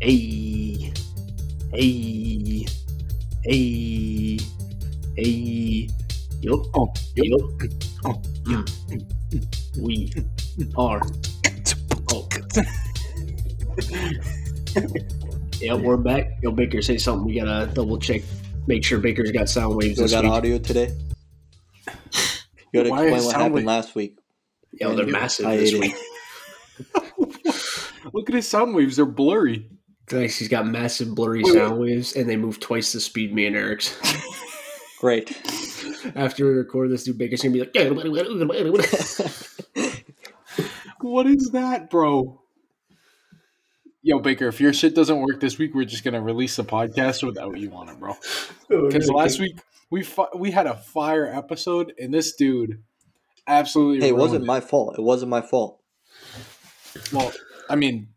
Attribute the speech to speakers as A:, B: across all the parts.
A: Hey. Hey. Hey. Hey. Yo. Oh, yo. Oh, yo. We are. Oh. yeah, we're back. Yo, Baker, say something. We gotta double check, make sure Baker's got sound waves.
B: Still
A: This
B: got
A: week.
B: audio today? You gotta
C: Why
B: explain what
C: is sound
B: happened
C: wave-
B: last week.
A: Yo, they're massive
B: I
A: this
B: ate
A: week.
B: it.
C: Look at his sound waves; they're blurry.
A: Guys, he's got massive blurry
C: Wait, wait.
A: sound waves, and they move twice the speed me and Eric's.
B: Great.
A: After we record this, dude, Baker's gonna be like.
C: What is that, bro? Yo, Baker, if your shit doesn't work this week, we're just gonna release the podcast without you on it, bro. Because last week we fi- we had a fire episode, and this dude absolutely.
B: Hey, it
C: ruined
B: wasn't my fault. It wasn't my fault.
C: Well, I mean,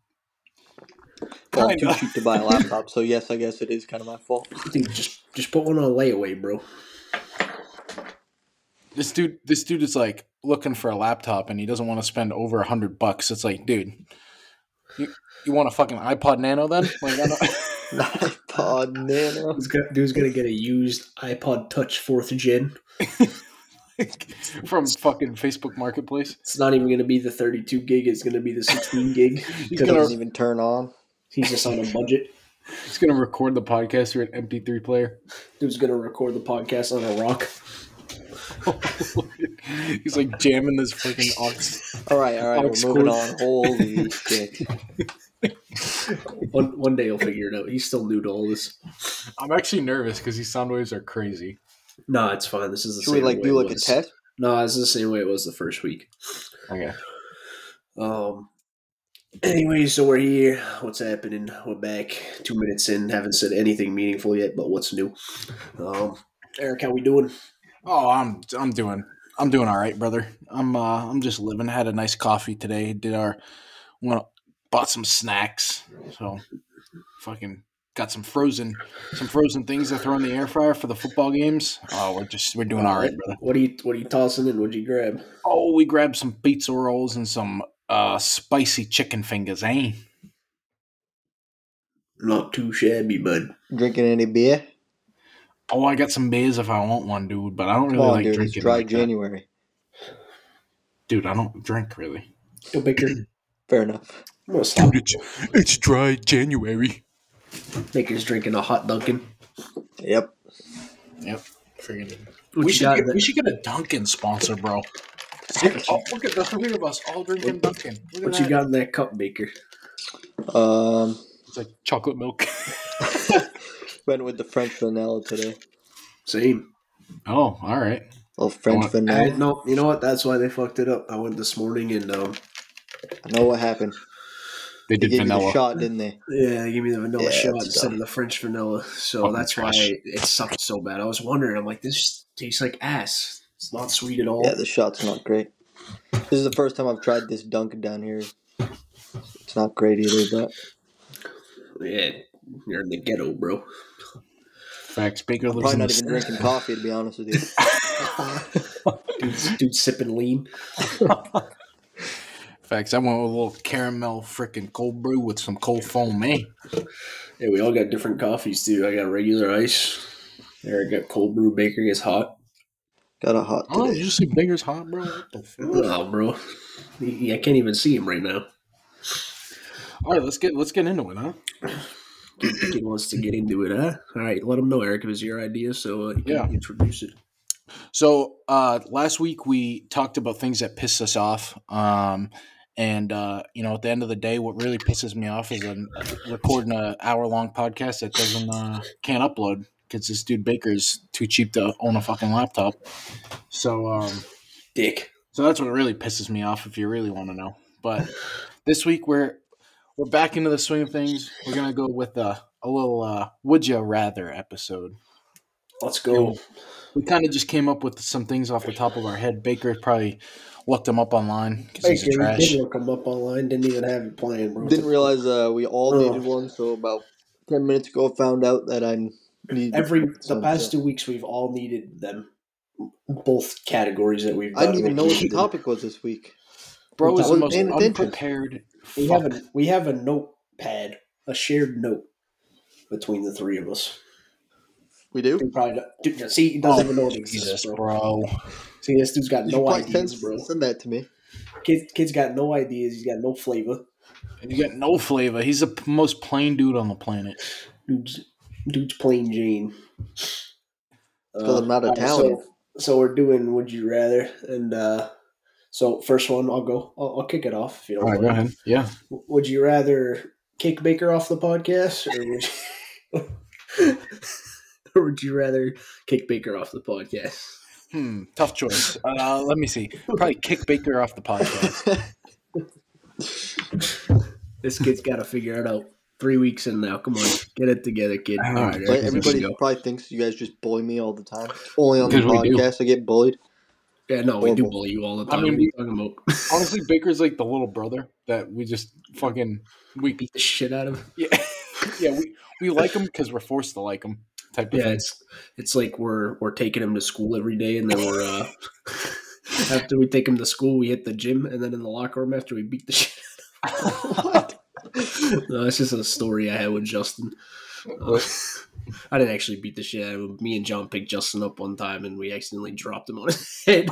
B: Well, I'm too
C: Kinda.
B: cheap to buy a laptop, so yes, I guess it is kind of my fault.
A: Dude, just just put one on layaway, bro.
C: this dude, this dude is like looking for a laptop, and he doesn't want to spend over a hundred bucks. It's like, dude, you, you want a fucking iPod Nano then? Like, I don't-
B: iPod Nano.
A: Dude's gonna, dude's gonna get a used iPod Touch fourth gen.
C: from fucking Facebook Marketplace.
A: It's not even gonna be the 32 gig. It's gonna be the 16 gig.
C: He's
B: It
A: Could've-
C: gonna
B: doesn't even turn on.
A: He's just on a budget.
C: He's gonna record the podcast through an MP3 player.
A: Dude's gonna record the podcast on a rock.
C: He's like jamming this freaking aux.
B: All right, all right,
C: Aux
B: we're moving
C: cord.
B: on. Holy shit.
A: One one day he'll figure it out. He's still new to all this.
C: I'm actually nervous because these sound waves are crazy.
A: Nah, it's fine. This is the
B: Should we
A: same
B: like
A: way
B: do
A: it
B: like a
A: was.
B: test?
A: Nah, this is the same way it was the first week.
C: Okay.
A: Um. Anyway, so we're here. What's happening? We're back. Two minutes in. Haven't said anything meaningful yet, but what's new? Um, Eric, how we doing?
C: Oh, I'm I'm doing I'm doing all right, brother. I'm uh I'm just living. Had a nice coffee today. Did our went bought some snacks. So fucking got some frozen some frozen things to throw in the air fryer for the football games. Oh, we're just we're doing all right, brother.
A: What are you What are you tossing and what'd you grab?
C: Oh, we grabbed some pizza rolls and some uh spicy chicken fingers, eh?
A: Not too shabby, bud.
B: Drinking any beer?
C: Oh, I got some beers if I want one, dude. But I don't
B: Come
C: really
B: on,
C: like
B: dude. It's
C: drinking.
B: dry
C: like that.
B: January.
C: Dude, I don't drink really.
A: Yo, Baker, I'm
B: Fair enough.
A: gonna stop.
C: it's, it's dry January.
A: Baker's drinking a hot Dunkin'.
B: Yep.
C: Yep. Friggin-
A: What
C: We
A: you
C: should,
A: got
C: get,
A: that-
C: we should get a Dunkin' sponsor, bro. Oh, look at the three of us all drinking Dunkin'. Look at
A: What
C: that.
A: you got in that cup, Baker?
B: Um,
C: It's like chocolate milk.
B: went with the French vanilla today.
A: Same.
C: oh, all right.
B: Oh, French
C: want-
A: I,
B: vanilla.
A: no, you know what? That's why they fucked it up. I went this morning and um,
B: I know what happened.
C: They
B: They
C: did
B: gave you
C: vanilla.
B: the shot, didn't they?
A: yeah, they gave me the vanilla
B: Yeah,
A: shot
B: that's
A: instead
B: dumb.
A: of the French vanilla. So
C: Fucking
A: that's why
C: trash.
A: it sucked so bad. I was wondering. I'm like, this tastes like ass. It's not sweet at all.
B: Yeah, the shot's not great. This is the first time I've tried this Dunkin' down here. It's not great either, but
A: yeah, you're in the ghetto, bro.
C: Facts. Baker lives
B: probably
C: in
B: not
C: the
B: even drinking coffee to be honest with you.
A: Dude's, dude's sipping lean.
C: Facts. I went with a little caramel freaking cold brew with some cold foam, eh?
A: Yeah, we all got different coffees too. I got regular ice. Eric got cold brew. Baker gets hot.
B: Got a hot
C: Oh,
B: today.
C: you see Baker's hot, bro? What the fuck?
A: Oh, bro. He- I can't even see him right now.
C: All right, let's get let's get into it, huh?
A: He wants to get into it, huh? All right, let him know, Eric. It was your idea, so uh, you can
C: Yeah.
A: introduce it.
C: So uh, last week we talked about things that piss us off, um, and uh, you know, at the end of the day, what really pisses me off is I'm recording an hour long podcast that doesn't uh, can't upload because this dude Baker is too cheap to own a fucking laptop. So um,
A: Dick.
C: so that's what really pisses me off if you really want to know. But this week we're we're back into the swing of things. We're gonna go with a, a little uh, would you rather episode.
A: Let's
C: Yo,
A: go.
C: we kind of just came up with some things off the top of our head. Baker probably looked them up online because he's a
A: Baker
C: trash.
A: did look him up online. Didn't even have it playing, bro.
B: Didn't realize uh, we all
A: Oh.
B: needed one, so about ten minutes ago found out that I needed
A: Every the
B: Sounds
A: past
B: good.
A: two weeks, we've all needed them. Both categories that we've.
B: I didn't
A: done.
B: even know what the topic was this week.
C: Bro is the
B: wasn't
C: most
B: paying attention.
C: unprepared.
A: We
C: fuck.
A: have a we have a notepad a shared note between the three of us.
B: We do.
A: Dude probably don't- dude, see he doesn't even know it
C: Jesus,
A: exists, bro.
C: bro.
A: See, this dude's got
B: You
A: no
B: probably
A: ideas,
B: send-
A: bro.
B: Send that to me.
A: Kid, kid's got no ideas. He's got no flavor.
C: You got no flavor. He's the p- most plain dude on the planet.
A: Dude's, dude's plain Jane.
B: Because I'm not
A: alright,
B: Italian.
A: Uh, So, so we're doing Would You Rather, and uh, so first one, I'll go. I'll, I'll kick it off. If you don't
C: All right, go
A: mind.
C: ahead. Yeah.
A: Would you rather kick Baker off the podcast, or would you, or would you rather kick Baker off the podcast?
C: Hmm. Tough choice. Uh, let me see. Probably kick Baker off the podcast.
A: This kid's got to figure it out. Three weeks in now. Come on, get it together, kid.
C: All
A: All
C: right,
A: right,
B: Like,
A: Eric, here we
B: everybody
A: go.
B: probably thinks you guys just bully me all the time. Only on the
C: Because we do.
B: podcast I get bullied.
A: Yeah, no, we do
B: Horrible.
A: bully you all the
C: I
A: time.
C: mean,
A: what are you talking about?
C: Honestly, Baker's like the little brother that we just fucking we
A: Beat the shit out of him.
C: yeah yeah we we like him because we're forced to like him type of
A: Yeah,
C: thing.
A: it's it's like we're we're taking him to school every day, and then we're uh, after we take him to school, we hit the gym, and then in the locker room after we beat the shit.
B: What?
A: No, that's just a story I had with Justin. Uh, I didn't actually beat the shit out of him. Me and John picked Justin up one time, and we accidentally dropped him on his head.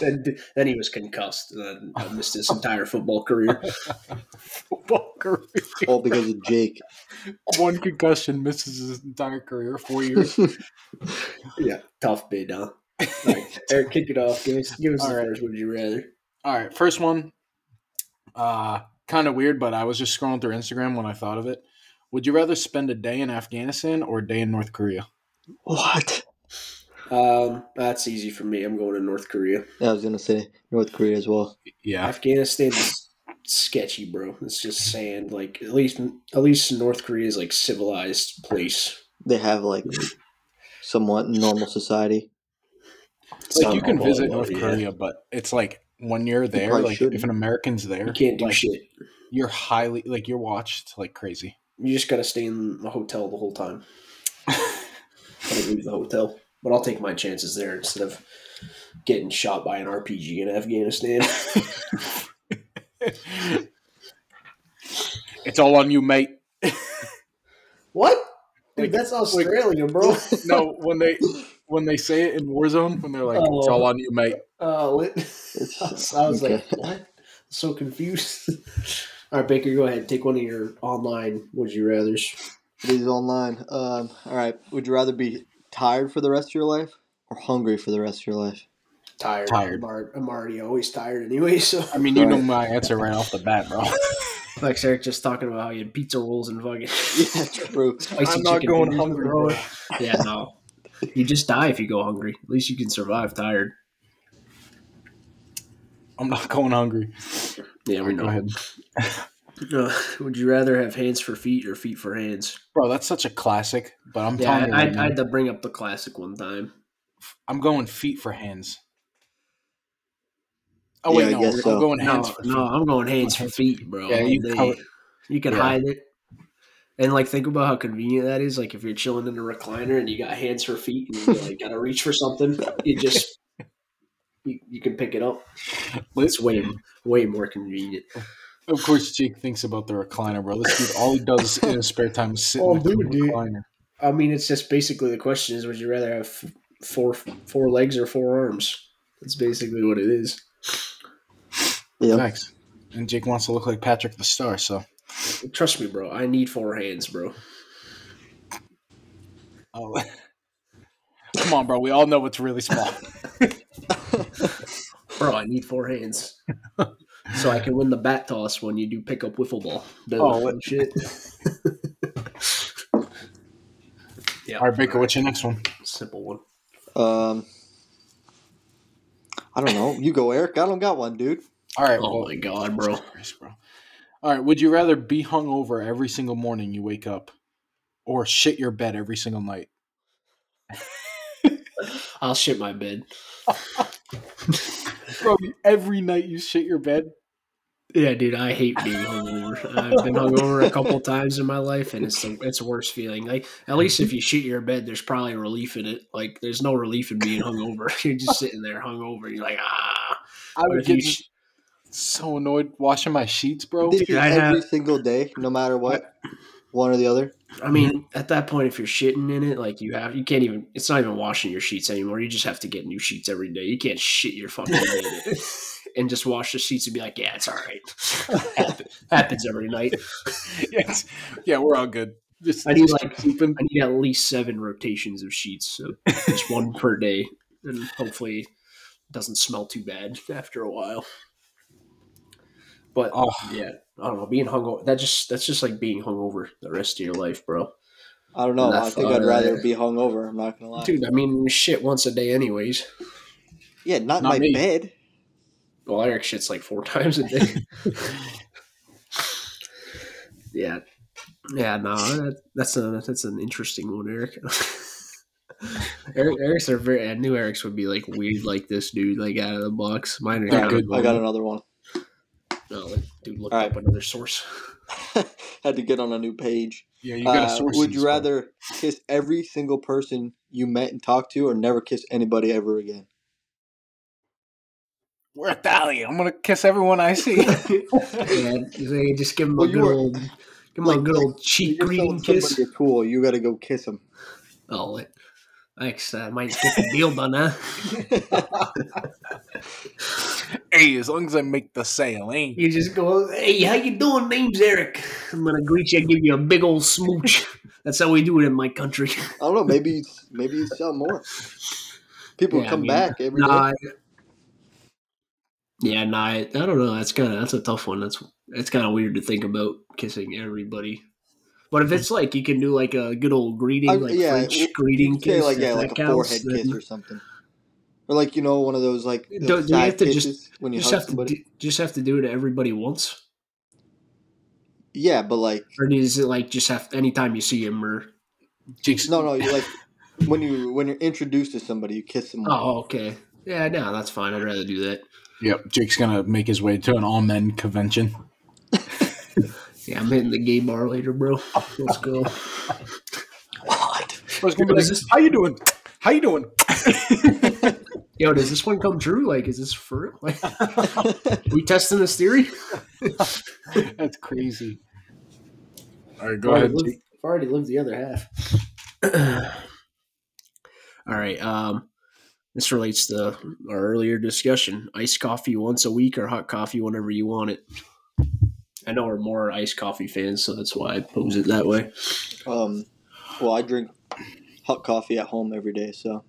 A: then, then he was concussed, and I missed his entire football career.
C: Football career.
B: all because of Jake.
C: One concussion misses his entire career. Four years.
A: Yeah, tough bid, huh? All right, Eric, kick it off. Give us, give us
C: All
A: the
C: right.
A: first. Would you rather?
C: All right, first one. Uh, kind of weird, but I was just scrolling through Instagram when I thought of it. Would you rather spend a day in Afghanistan or a day in North Korea?
B: What?
A: Um, that's easy for me. I'm going to North Korea.
B: Yeah, I was gonna say North Korea as well.
C: Yeah,
A: Afghanistan is sketchy, bro. It's just sand. Like at least, at least North Korea is like civilized place.
B: They have like somewhat normal society.
A: It's
C: like
A: not
C: you can
A: normal,
C: visit
A: but
C: North
A: Oh, yeah.
C: Korea, but it's like when you're there,
B: probably
C: like if
B: shouldn't.
C: an American's there,
A: You can't do
C: like,
A: shit.
C: You're highly like you're watched like crazy.
A: You just gotta stay in a hotel the whole time. I don't leave the hotel, but I'll take my chances there instead of getting shot by an RPG in Afghanistan.
C: it's all on you, mate.
A: what?
C: Like-
A: Dude, that's Australia, bro.
C: No, when they when they say it in Warzone, when they're like, "It's all on you, mate."
A: Oh, what? I was, I was like, what? So confused. All right, Baker, go ahead. Take one of your online would you rather's.
B: These online. Um, all right. Would you rather be tired for the rest of your life or hungry for the rest of your life?
A: Tired.
C: Tired.
A: I'm, al- I'm already always tired anyway. So,
C: I mean, you
B: Right.
C: know my answer right off the bat, bro.
A: like Eric just talking about how you had pizza rolls and fucking.
B: Yeah, true.
A: spicy
C: I'm not
A: chicken fingers
C: going
A: with
C: hungry,
A: the
C: bro.
A: roll. Yeah, no. You just die if you go hungry. At least you can survive tired.
C: I'm not going hungry.
A: Yeah, we
C: Go ahead,
A: Uh, would you rather have hands for feet or feet for hands?
C: bro. That's such a classic, but I'm
A: Yeah,
C: telling you,
A: I,
C: right
A: I,
C: now,
A: I had to bring up the classic one time.
C: I'm going feet for hands. Oh wait,
B: Yeah, I
C: no,
B: guess
C: I'm
B: so.
C: going
A: No,
C: hands for
A: no, I'm going hands for feet, bro.
C: Yeah, you
A: They-
C: cover-
A: you can
C: yeah.
A: hide it. And like, think about how convenient that is. Like, if you're chilling in a recliner and you got hands for feet, and you like gotta reach for something, you just you, you can pick it up. It's way way more convenient.
C: Of course, Jake thinks about the recliner, bro. This dude, all he does in his spare time is sit
A: Oh,
C: in the
A: dude, dude.
C: recliner.
A: I mean, it's just basically the question is: Would you rather have f- four four legs or four arms? That's basically what it is.
B: Yeah.
C: Thanks. And Jake wants to look like Patrick the Star, so
A: Trust me, bro. I need four hands, bro.
C: I'll... oh. come on, bro. We all know it's really small.
A: Bro, I need four hands. so I can win the bat toss when you do pick up wiffle ball. That
C: Oh,
A: fun shit. yeah.
C: All right, Baker, what's your next one?
A: Simple one.
B: Um, I don't know. You go, Eric. I don't got one, dude.
C: All right,
A: Oh
C: well,
A: my god, bro.
C: Christ, bro. All right, would you rather be hungover every single morning you wake up, or shit your bed every single night?
A: I'll shit my bed.
C: Bro, every night you shit your bed.
A: Yeah, dude, I hate being hungover. I've been hungover a couple times in my life, and it's the, it's a worse feeling. Like at least if you shit your bed, there's probably relief in it. Like there's no relief in being hungover. You're just sitting there hungover. You're like ah.
C: I
A: But
C: would
A: if you
C: get
A: sh-
C: so annoyed washing my sheets, bro.
B: Did
A: Dude,
B: you
A: I
B: every
A: have-
B: single day, no matter what, one or the other.
A: I mean, at that point, if you're shitting in it, like you have, you can't even. It's not even washing your sheets anymore. You just have to get new sheets every day. You can't shit your fucking bed in it and just wash the sheets and be like, yeah, it's all right. Happen- Happens every night.
C: yes. Yeah, we're all good. Just,
A: I need
C: just
A: like-
C: keep sleeping.
A: I need at least seven rotations of sheets, so just one per day, and hopefully it doesn't smell too bad after a while. But
C: Oh,
A: yeah, I don't know. Being hungover that just that's just like being hungover the rest of your life, bro.
B: I don't know.
A: Nah,
B: I think
A: fuck
B: I'd rather
A: that.
B: be hungover. I'm not gonna lie.
A: Dude, I mean, shit once a day, anyways.
B: yeah, not, in
C: not
B: my
C: me.
B: bed.
A: Well, Eric shits like four times a day. yeah, yeah, no, that, that's a that's an interesting one, Eric. Eric, Eric's are very. I knew Eric's would be like weird, like this dude, like out of the box. Mine are
C: Yeah,
A: kind of
C: good
B: I got
A: normal.
B: another one.
A: No, that dude looked
B: All
A: up another source.
B: Had to get on a new page.
C: yeah, you got
B: Uh,
C: to source.
B: would
C: these,
B: you
C: bro.
B: rather kiss every single person you met and talked to, or never kiss anybody ever again?
C: We're Italian. I'm gonna kiss everyone I see.
A: Yeah, they just give him
B: Well,
A: a
B: you
A: good
B: were-
A: old, give him a
B: like-
A: good
B: like,
A: old cheek
B: You're
A: greeting
B: telling
A: kiss.
B: somebody you're cool. You got to go kiss them.
A: Oh, it, thanks. I might get the deal done, huh?
C: hey, as long as I make the sale, eh? ain't
A: You just go, hey, how you doing? Name's Eric. I'm gonna greet you and give you a big old smooch. That's how we do it in my country.
B: I don't know. Maybe you'd, maybe you'd sell more. People
A: Yeah, I
B: come
A: mean,
B: back every day.
A: Nah, I- yeah, nah. I, I don't know. That's kind of that's a tough one. That's it's kind of weird to think about kissing everybody. But if it's like you can do like a good old greeting,
B: I-
A: like
B: Mm-hmm. Uh, yeah,
A: French
B: w-
A: greeting
B: You say
A: kiss,
B: like
A: if
B: yeah,
A: that
B: like a
A: counts,
B: forehead
A: then
B: kiss or something, or like you know one of those like
A: Do-
B: those
A: do you
B: side
A: have to just-
B: kisses when
A: you
B: you
A: just
B: hug
A: have to
B: somebody.
A: do, just have to do it to everybody once,
B: yeah, but like
A: or is it like just have anytime you see him or?
C: Jake's
B: no, no, you like when you when you're introduced to somebody, you kiss them.
A: Oh, okay. Yeah, no, that's fine. I'd rather do that.
C: Yep, Jake's gonna make his way to an all men convention.
A: Yeah, I'm hitting the gay bar later, bro. Let's go.
B: What?
C: I was gonna be
A: What
C: like,
A: is this?
C: how you doing? How you doing?
A: Yo, does this one come true? Like, is this for real? Like, we testing this theory?
C: That's crazy. All right, go ahead.
A: I've already
C: Jake.
A: lived- I've already lived the other half. All right. Um, this relates to our earlier discussion: iced coffee once a week or hot coffee whenever you want it. I know we're more iced coffee fans, so that's why I pose it that way.
B: Um, well, I drink hot coffee at home every day, so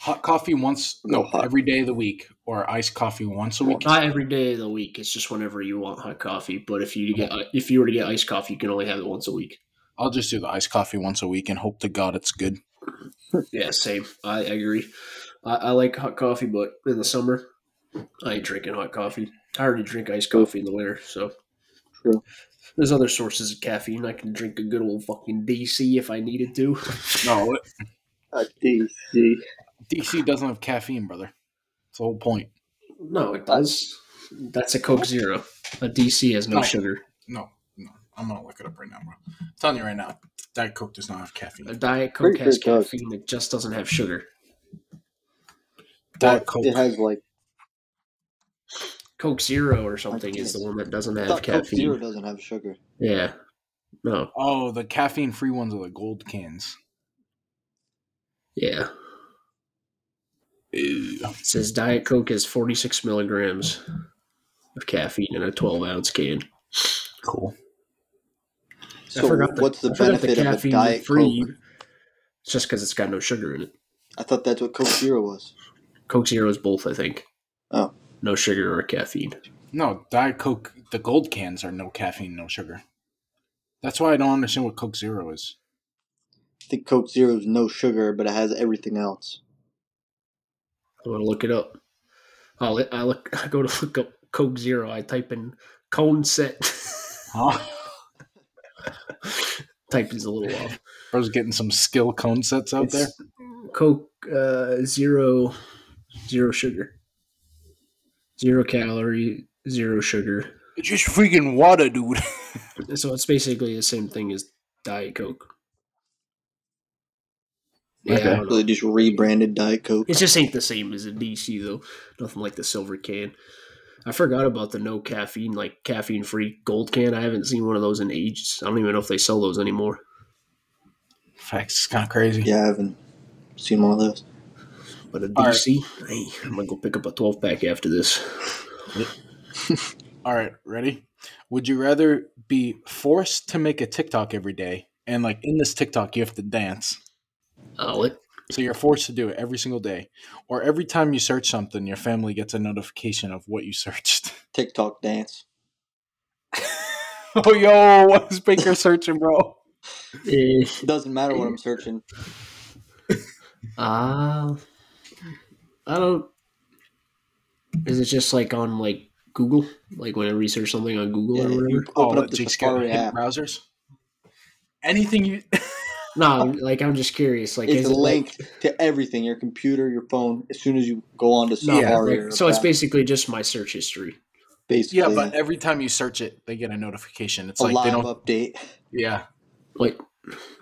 C: Hot coffee once,
B: No,
C: no,
B: hot.
C: every day of the week, or iced coffee once a week.
A: Not every day of the week. It's just whenever you want hot coffee. But if you get if you were to get iced coffee, you can only have it once a week.
C: I'll just do the iced coffee once a week and hope to God it's good.
A: Yeah, same. I, I agree. I, I like hot coffee, but in the summer, I ain't drinking hot coffee. I already drink iced coffee in the winter, so
B: True.
A: There's other sources of caffeine. I can drink a good old fucking DC if I needed to.
C: No, it-
B: a DC.
C: DC doesn't have caffeine, brother. That's the whole point.
A: No, it does. That's a Coke Zero. A DC has no
C: No.
A: sugar.
C: No, no, I'm gonna look it up right now, bro. I'm telling you right now, Diet Coke does not have
A: A
C: caffeine.
A: Diet Coke
B: Pretty
A: has
B: sure it does.
A: caffeine. It just doesn't have sugar.
C: Diet Coke.
B: It has like
A: Coke Zero or something is the one that doesn't
B: I
A: have
B: thought Coke
A: caffeine.
B: Zero doesn't have sugar.
A: Yeah. No.
C: Oh, the caffeine-free ones are the gold cans.
A: Yeah.
C: Ew.
A: It says Diet Coke has 46 milligrams of caffeine in a 12 ounce can.
C: Cool.
B: So what's the
A: I forgot
B: benefit of a
A: caffeine
B: diet
A: free.
B: Coke?
A: It's just because it's got no sugar in it.
B: I thought that's what Coke Zero was.
A: Coke Zero is both, I think.
B: Oh.
A: No sugar or caffeine.
C: No, Diet Coke. The gold cans are no caffeine, no sugar. That's why I don't understand what Coke Zero is.
B: I think Coke Zero is no sugar, but it has everything else.
A: I'm going to look it up. I'll, li- I look. I go to look up Coke Zero. I type in cone set.
C: Huh?
A: type is a little off.
C: Bro's getting some skill cone sets out there.
A: It's Coke uh, Zero, zero sugar, zero calorie, zero sugar.
C: It's just freaking water, dude.
A: So it's basically the same thing as Diet Coke. Yeah, I
C: Okay.
A: don't
B: So
A: know.
B: they just rebranded Diet Coke.
A: it just ain't the same as a DC though. Nothing like the silver can. I forgot about the no caffeine, like caffeine free gold can. I haven't seen one of those in ages. I don't even know if they sell those anymore.
C: Facts, it's kind of crazy.
B: Yeah, I haven't seen one of those.
A: But a
C: All right.
A: DC, hey, I'm gonna go pick up a 12 pack after this.
C: All right, ready? Would you rather be forced to make a TikTok every day and like in this TikTok you have to dance?
A: Oh, it.
C: So you're forced to do it every single day. Or every time you search something, your family gets a notification of what you searched.
B: TikTok dance.
C: oh yo, what is Baker searching, bro?
A: Eh,
B: It doesn't matter what I'm searching.
A: Uh, I don't. Is it just like on like Google? Like when I research something on Google
B: Yeah,
A: or whatever?
B: you
C: Oh,
B: open
C: what
B: up the
C: Jake's got
B: Safari
C: hidden
B: app.
C: browsers. Anything you
A: No, like I'm just curious. Like
B: It's
A: is it like-
B: linked to everything, your computer, your phone. As soon as you go on to
A: No,
B: Safari,
A: like-
B: or
A: so it's
B: Browser,
A: basically just my search history.
B: basically
C: Yeah, but every time you search it, they get a notification. It's
B: a
C: like they
B: live
C: don't
B: update.
C: Yeah.
A: Like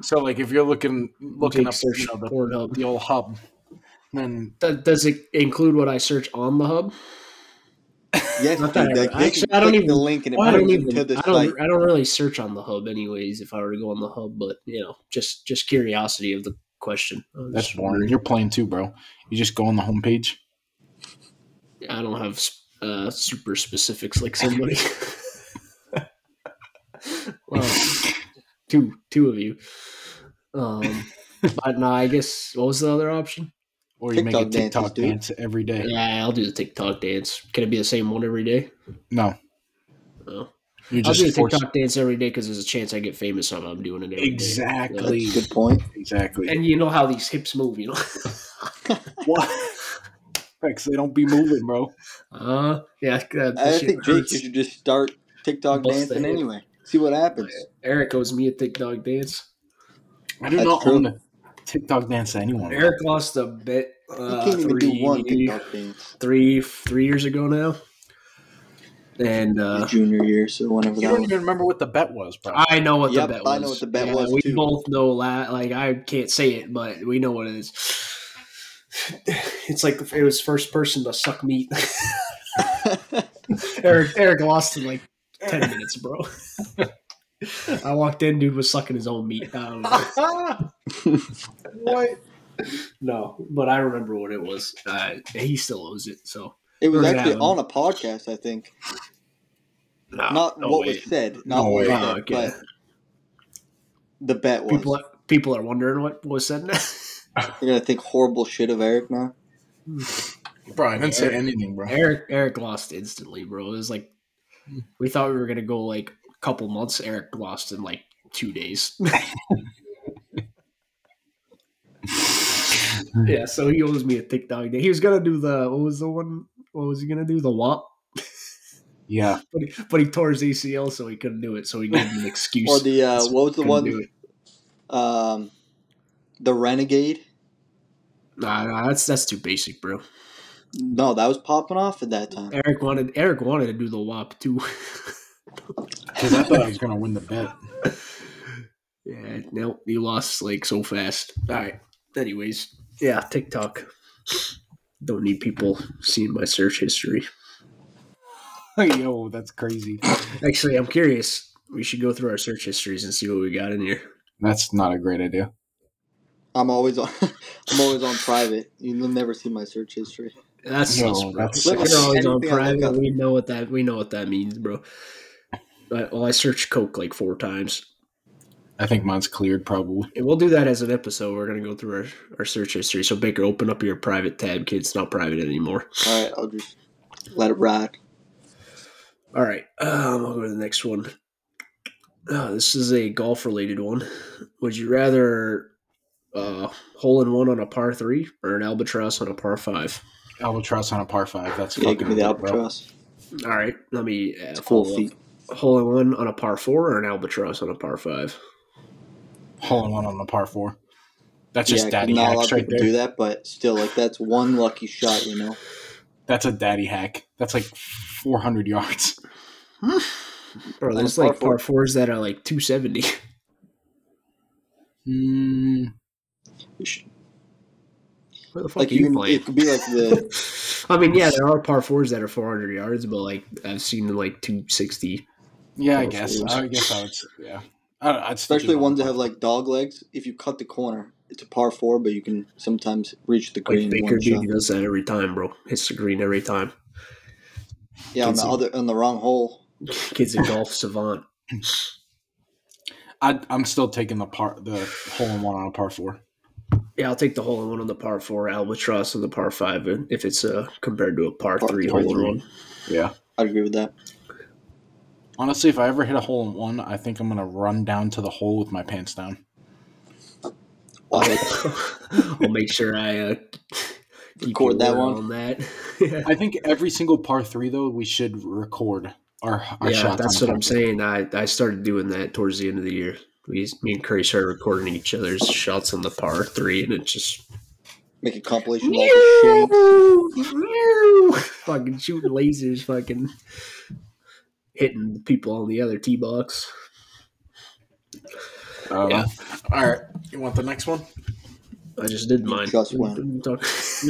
C: So like if you're looking looking
A: Jake
C: up
A: search
C: you know, the,
A: Pornhub.
C: the old hub, then
A: Th- does it include what I search on the hub?
B: Yes,
A: Not
B: dude,
A: that I-
B: like, they
A: actually,
B: can
A: I don't
B: click
A: even-
B: the link and it
A: I don't
B: brings them
A: even.
B: to the
A: I
B: site.
A: don't. I don't really search on the hub, anyways. If I were to go on the hub, but you know, just just curiosity of the question. I was
C: That's
A: just
C: boring. You're playing too, bro. You just go on the homepage.
A: I don't have uh, super specifics like somebody. well, two two of you. Um, but no, I guess what was the other option?
C: Or you make a
B: TikTok dances,
C: TikTok
B: dude.
C: dance every day.
A: Yeah, I'll do the TikTok dance. Can it be the same one every day?
C: No.
A: No.
C: You
A: I'll
C: just
A: do the
C: force-
A: TikTok dance every day because there's a chance I get famous on. it. I'm doing it every day.
B: That's
C: Exactly.
B: a good point.
C: Exactly.
A: And you know how these hips move, you know.
C: What? Facts, they don't be moving, bro.
A: Uh, yeah. God, that
B: I
A: shit
B: think Jake,
A: hurts.
B: you should just start TikTok
A: Bust
B: dancing
A: the hip.
B: anyway. See what happens.
A: Eric owes me a TikTok dance.
C: I do
B: That's
C: not
B: true.
C: own the TikTok dance to anyone. bro.
A: Eric lost a bet. Uh,
B: you can't even do
A: three-
B: one TikTok dance.
A: three three years ago now, and
B: His
A: uh,
B: junior year, so whenever
C: You
B: that
C: don't
B: was.
C: even remember what the bet was, bro.
A: I know what
B: Yep,
A: the bet was.
B: I know what the bet was,
A: We
B: too.
A: both know la Like I can't say it, but we know what it is. It's like if it was first person to suck meat. Eric Eric lost in like ten minutes, bro. I walked in, dude was sucking his own meat. I don't know.
C: what?
A: No, but I remember what it was. Uh, he still owes it, so
B: It was
A: Or
B: actually
A: that one.
B: on a podcast, I think.
A: no,
B: Not
A: Oh, no
B: what
A: way.
B: was said. Not
C: No
B: what was
A: way.
B: said,
A: Oh, okay.
B: but the bet was.
A: people people are wondering what was said.
B: You're gonna think horrible shit of Eric now.
C: Bro, I didn't say anything, bro.
A: Eric Eric lost instantly, bro. It was like we thought we were gonna go like a couple months. Eric lost in like two days. yeah, so he owes me a TikTok day. He was gonna do the what was the one? What was he gonna do? The womp.
C: Yeah.
A: But he, but he tore his ACL, so he couldn't do it. So he gave him an excuse.
B: Or the uh,
A: That's-
B: what was the
A: couldn't do
B: one?
A: it.
B: Um, the renegade.
A: Nah, nah, that's that's too basic, bro.
B: No, that was popping off at that time.
A: Eric wanted Eric wanted to do the wop too.
C: Because I thought I was going to win the bet.
A: Yeah, no, you lost like so fast. All right. Anyways, yeah, TikTok. Don't need people seeing my search history.
C: Yo, that's crazy.
A: Actually, I'm curious. We should go through our search histories and see what we got in here.
C: That's not a great idea.
B: I'm always on. I'm always on private. You'll never see my search history.
A: That's
C: Yo,
A: us, bro.
C: that's
A: We're always
B: sick.
A: on
B: Anything I look
A: private.
B: up.
A: We know what that we know what that means, bro. But, well, I searched Coke like four times.
C: I think mine's cleared, probably.
A: And we'll do that as an episode. We're gonna go through our, our search history. So Baker, open up your private tab, kid. It's not private anymore.
B: All right, I'll just let it ride.
A: All right, um, I'll go to the next one. Uh, this is a golf related one. Would you rather uh, hole in one on a par three or an albatross on a par five?
C: Albatross on a par five. That's
B: Yeah,
C: fucking
B: give me the
C: great, bro.
B: albatross.
A: All right, let me uh,
B: It's
A: follow
B: cool
A: up.
B: feet.
A: Hole in one on a par four or an albatross on a par five?
C: hole in one on the par four. That's just
B: Yeah,
C: daddy
B: not a lot
C: hacks
B: of
C: right
B: people
C: there.
B: do that, but still, like that's one lucky shot, you know.
C: That's a daddy hack. That's like 400 yards.
A: Bro,
B: On a
A: there's
B: par
A: like
B: four?
A: par fours that are like 270.
C: Mm,
B: You should-
A: Where
C: Hmm,
A: the fuck
B: Like
A: are
B: you
A: you
B: can,
A: playing?
B: it could be like the
A: I mean, yeah, there are par fours that are 400 yards, but like I've seen like 260.
C: Yeah, I guess. I guess I would. s- Yeah, I don't, I'd still do
B: Especially
C: that.
B: ones that have like dog legs. If you cut the corner, it's a par four, but you can sometimes reach the
A: Like
B: green in
A: Baker
B: one shot.
A: Duty does that every time, bro. Hits the green every time.
B: Yeah, on the
A: Kinsey.
B: other on the wrong hole.
A: Kid's a golf savant.
C: I, I'm still taking the par the hole in one on a par four.
A: Yeah, I'll take the hole in one on the par four, albatross on the par five, and if it's uh, compared to a par,
B: Par-
A: three
B: par
A: hole in
B: three.
A: one.
C: Yeah.
B: I agree with that.
C: Honestly, if I ever hit a hole in one, I think I'm gonna run down to the hole with my pants down.
B: Wow.
A: I'll make sure I uh, keep
B: Record
A: your
B: that
A: word
B: one.
A: on that. yeah,
C: I think every single par three though, we should record our our
A: yeah
C: shots.
A: that's
C: on
A: what
C: the
A: I'm
C: par
A: saying. I, I started doing that towards the end of the year. We, me and Curry started recording each other's shots on the par three, and it just
B: Make a compilation of all the shit.
A: fucking shooting lasers, fucking hitting the people on the other tee box.
C: three. Uh,
A: Yeah.
C: All right. You want the next one?
A: I just did mine.
B: just went.
C: No,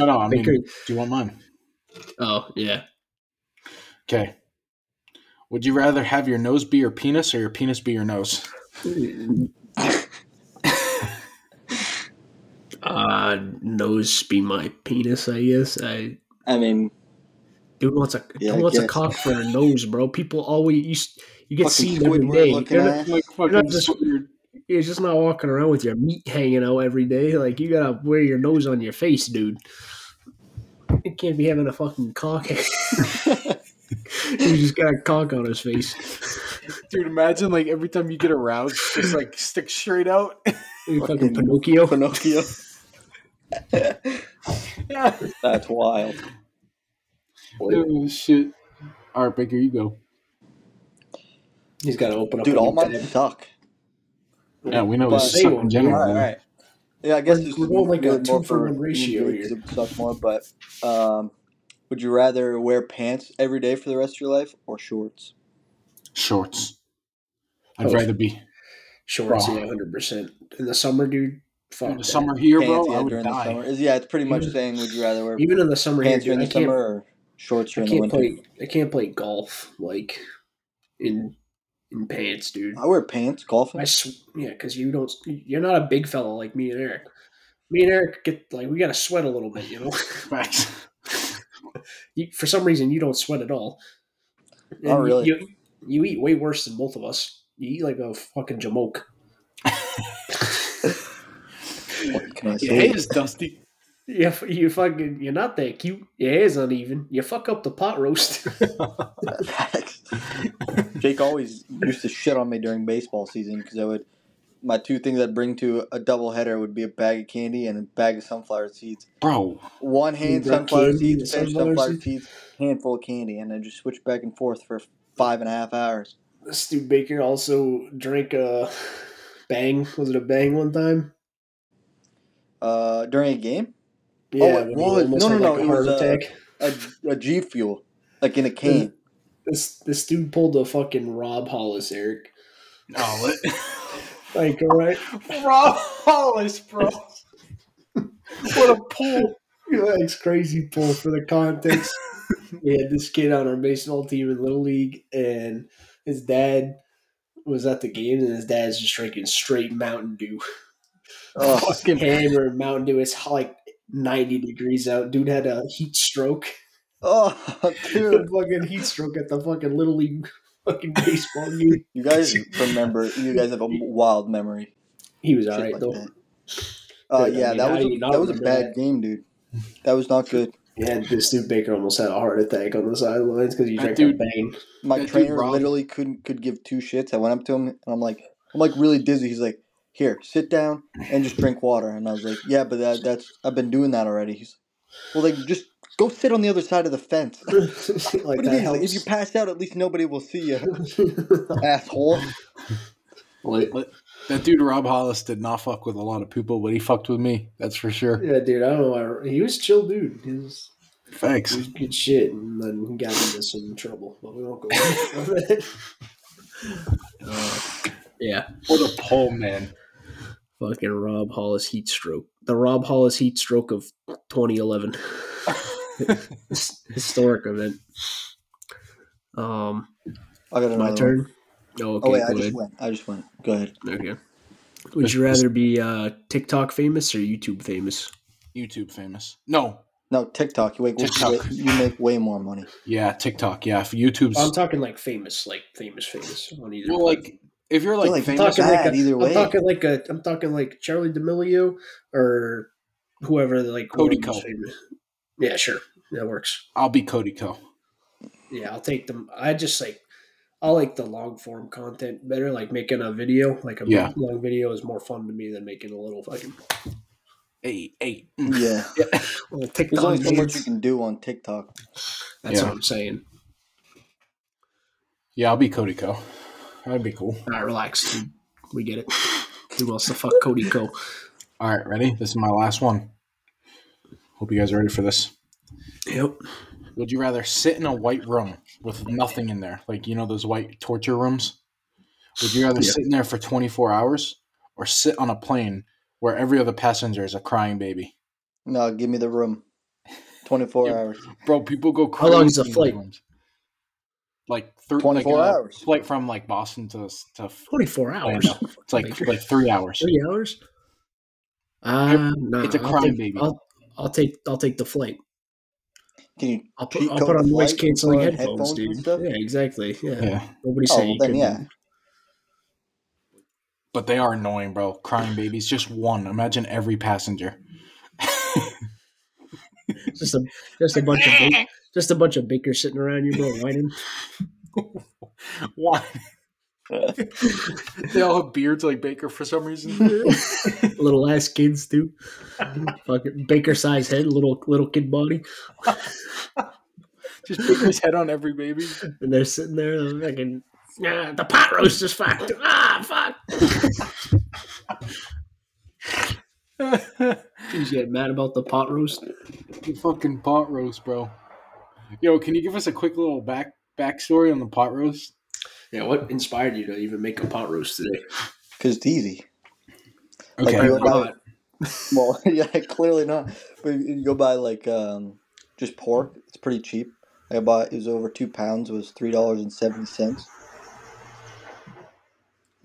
C: no. I mean,
A: Baker-
C: do you want mine?
A: Oh yeah.
C: Okay. Would you rather have your nose be your penis or your penis be your nose?
A: Uh, nose be my penis, I guess. I
B: I mean,
A: dude wants a
B: Yeah,
A: who
B: I
A: wants a
B: guess.
A: cock for a nose, bro. People always you s- you get
B: fucking
A: seen every
B: Squidward
A: day.
B: looking
A: You're not,
B: ass.
C: Like
A: not
C: fucking
A: just-
C: put your
A: you're just not walking around with your meat hanging out every day. Like you gotta wear your nose on your face, dude. You can't be having a fucking cock. you just got a cock on his face.
C: Dude, imagine like every time you get aroused, it's just like stick straight out.
A: You fucking
B: Fucking-
A: Pinocchio.
B: Pinocchio.
C: yeah.
B: That's wild.
C: Oh shit. All right, Baker, you go.
A: He's gotta open up.
B: Dude,
A: a
B: all
A: new
B: mine
A: tab.
B: suck.
C: Yeah, we know
B: But-
C: it's sucking general.
B: All right, all right. Yeah, I guess
A: We're-
B: it's
A: we're going like a
B: really more
A: two for one ratio
B: individuals
A: here.
B: that Suck more, but um, would you rather wear pants every day for the rest of your life or shorts?
C: Shorts. I'd
A: Oh.
C: rather be
A: Shorts,
C: Bro.
A: yeah, hundred percent. In the summer, dude. Fuck.
C: in the
A: that.
C: summer here,
B: pants,
C: bro.
B: yeah,
C: I would
B: during the
C: die.
B: summer. Is- Yeah, it's pretty much
A: Even-
B: saying would you rather wear
A: Even in the summer here,
B: pants
A: dude,
B: during
A: I
B: the
A: can't.
B: summer or shorts
A: I
B: during the
A: can't
B: winter?
A: play. I can't play golf like in in pants, dude.
B: I wear pants golfing.
A: I sw- yeah, because you don't. You're not a big fella like me and Eric. Me and Eric get like we gotta sweat a little bit, you know.
C: Facts.
A: you, for some reason, you don't sweat at all. And
B: Oh, really?
A: You, you eat way worse than both of us. You eat like a fucking jamoke.
B: What can I
C: Your
B: say?
C: hair's dusty.
A: You, f- you fucking. You're not that cute. Your hair's uneven. You fuck up the pot roast.
B: Facts. Jake always used to shit on me during baseball season because I would. My two things I'd bring to a doubleheader would be a bag of candy and a bag of sunflower seeds.
C: Bro,
B: One hand
A: You got
B: sunflower
A: candy
B: seeds,
A: and
B: fish
A: sunflower
B: sunflower seeds, handful of candy, and I just switch back and forth for five and a half hours.
A: Stu Baker also drank a bang. Was it a bang one time?
B: Uh, during a game,
A: Yeah,
B: Oh, it
A: when he
B: was-
A: almost
B: no,
A: had,
B: no,
A: like, a
B: no, it
A: heart
B: was, uh,
A: attack.
B: a, a G fuel, like in a can.
A: This this dude pulled a fucking Rob Hollis, Eric.
C: no, it-
A: Like, all right,
C: Rob Hollis, bro. what a pull.
A: it's crazy pull for the context. we had this kid on our baseball team in Little League, and his dad was at the game, and his dad's just drinking straight Mountain Dew.
B: Ugh,
C: Fucking
A: Hammer Mountain Dew. It's hot, like ninety degrees out. Dude had a heat stroke.
B: Oh,
A: The
B: dude,
A: fucking heat stroke at the fucking Little League fucking baseball game.
B: you guys remember? You guys have a wild memory.
A: He was
B: Shit
A: all right
B: like
A: though.
B: that. Uh,
A: Dude, I
B: yeah,
A: mean,
B: that
A: how
B: was
A: do
B: a,
A: you not
B: that was a
A: remember
B: bad
A: that?
B: game, dude. That was not good.
A: Yeah, this dude Baker almost had a heart attack on the sidelines because he
C: That
A: drank a
C: dude-
A: bang.
B: My
C: That dude
B: trainer
C: Rob-
B: literally couldn't could give two shits. I went up to him and I'm like, I'm like really dizzy. He's like, here, sit down and just drink water. And I was like, yeah, but that, that's I've been doing that already. He's like, well, like just go sit on the other side of the fence. What
A: like
B: do you
A: that
B: mean? Like, if you
A: helps.
B: pass out, at least nobody will see you, asshole.
A: Like,
C: That dude Rob Hollis did not fuck with a lot of people, but he fucked with me. That's for sure.
A: yeah, dude, I don't know. Why. He was chill, dude. He was,
C: Facts.
A: he was good shit, and then he got into some trouble. But we won't go. into that. Uh, yeah,
C: What a pull, man.
A: fucking Rob Hollis heat stroke. The Rob Hollis heat stroke of 2011. Historic event. Um,
B: I got another
A: my
B: one.
A: turn. Oh, okay.
B: oh wait,
A: go
B: I just
A: ahead.
B: went. I just went. Go ahead.
A: Okay. Would you rather be uh, TikTok famous or YouTube famous?
C: YouTube famous. No.
B: No, TikTok. You make
C: TikTok.
B: you make way more money.
C: Yeah, TikTok. Yeah, if YouTube's
A: I'm talking like famous, like famous, famous on either.
C: well, like if you're like,
B: They're, like,
C: famous,
A: talking like
B: Bad
A: a,
B: either
A: I'm
B: way.
A: talking like a. I'm talking like Charlie D'Amelio or whoever. Like
C: Cody
A: one of those
C: Ko.
A: famous- Yeah, sure, that works.
C: I'll be Cody Co.
A: Yeah, I'll take them. I just like. I like the long form content better. Like making a video, like a
C: Yeah.
A: long video, is more fun to me than making a little fucking
C: Hey, hey. Mm.
B: Yeah,
A: well,
B: there's
A: TikTok.
B: only so much
A: dance.
B: you can do on TikTok.
A: That's
C: Yeah.
A: what I'm saying.
C: Yeah, I'll be Cody Co. That'd be cool.
A: All right, relax. dude. We get it. Who wants to fuck Cody Co?
C: All right, ready? This is my last one. Hope you guys are ready for this.
A: Yep.
C: Would you rather sit in a white room with nothing in there, like you know those white torture rooms? Would you rather
A: Yeah.
C: sit in there for 24 hours or sit on a plane where every other passenger is a crying baby?
B: No, give me the room. Twenty four
C: Yeah.
B: hours.
C: Bro, people go
A: How
C: crazy.
A: long is the
C: in those
A: flight?
C: rooms. Like thir-
B: 24
C: like, uh,
B: hours.
C: Flight from like Boston to to
A: 24 hours.
C: Orlando. It's like
A: Major.
C: like 3 hours.
A: Three hours? Uh, nah,
C: It's a
A: I'll
C: crime,
A: take-
C: baby.
A: I'll, I'll take I'll take the flight.
B: Can you?
A: I'll put,
B: Cheat
A: I'll
B: code
A: put on
B: flight
A: noise canceling
B: for
A: headphones,
B: headphones and
A: dude.
B: stuff?
A: Yeah, exactly. Yeah.
C: Yeah.
A: Nobody
B: Oh,
A: saying
B: well,
A: you
B: then
A: couldn't.
B: yeah.
C: But they are annoying, bro. Crying babies just one. Imagine every passenger.
A: Just a just a bunch of ba- just a bunch of bakers sitting around you, bro, whining.
C: Why? they all have beards like Baker for some reason.
A: little ass kids too. Fucking baker size head, little little kid body,
C: Just Baker's head on every baby.
A: and they're sitting there they're fucking. Yeah, the pot roast is fucked. Ah, fuck. He's getting mad about the pot roast.
C: fucking pot roast, bro. Yo, can you give us a quick little back backstory on the pot roast?
A: Yeah, what inspired you to even make a pot roast today?
B: Because it's easy.
C: Okay.
B: Like, you go
A: Apparently
B: buy, well, yeah, clearly not. But if you go buy like um, just pork. It's pretty cheap. I bought it was over two pounds. It was three dollars and seventy cents.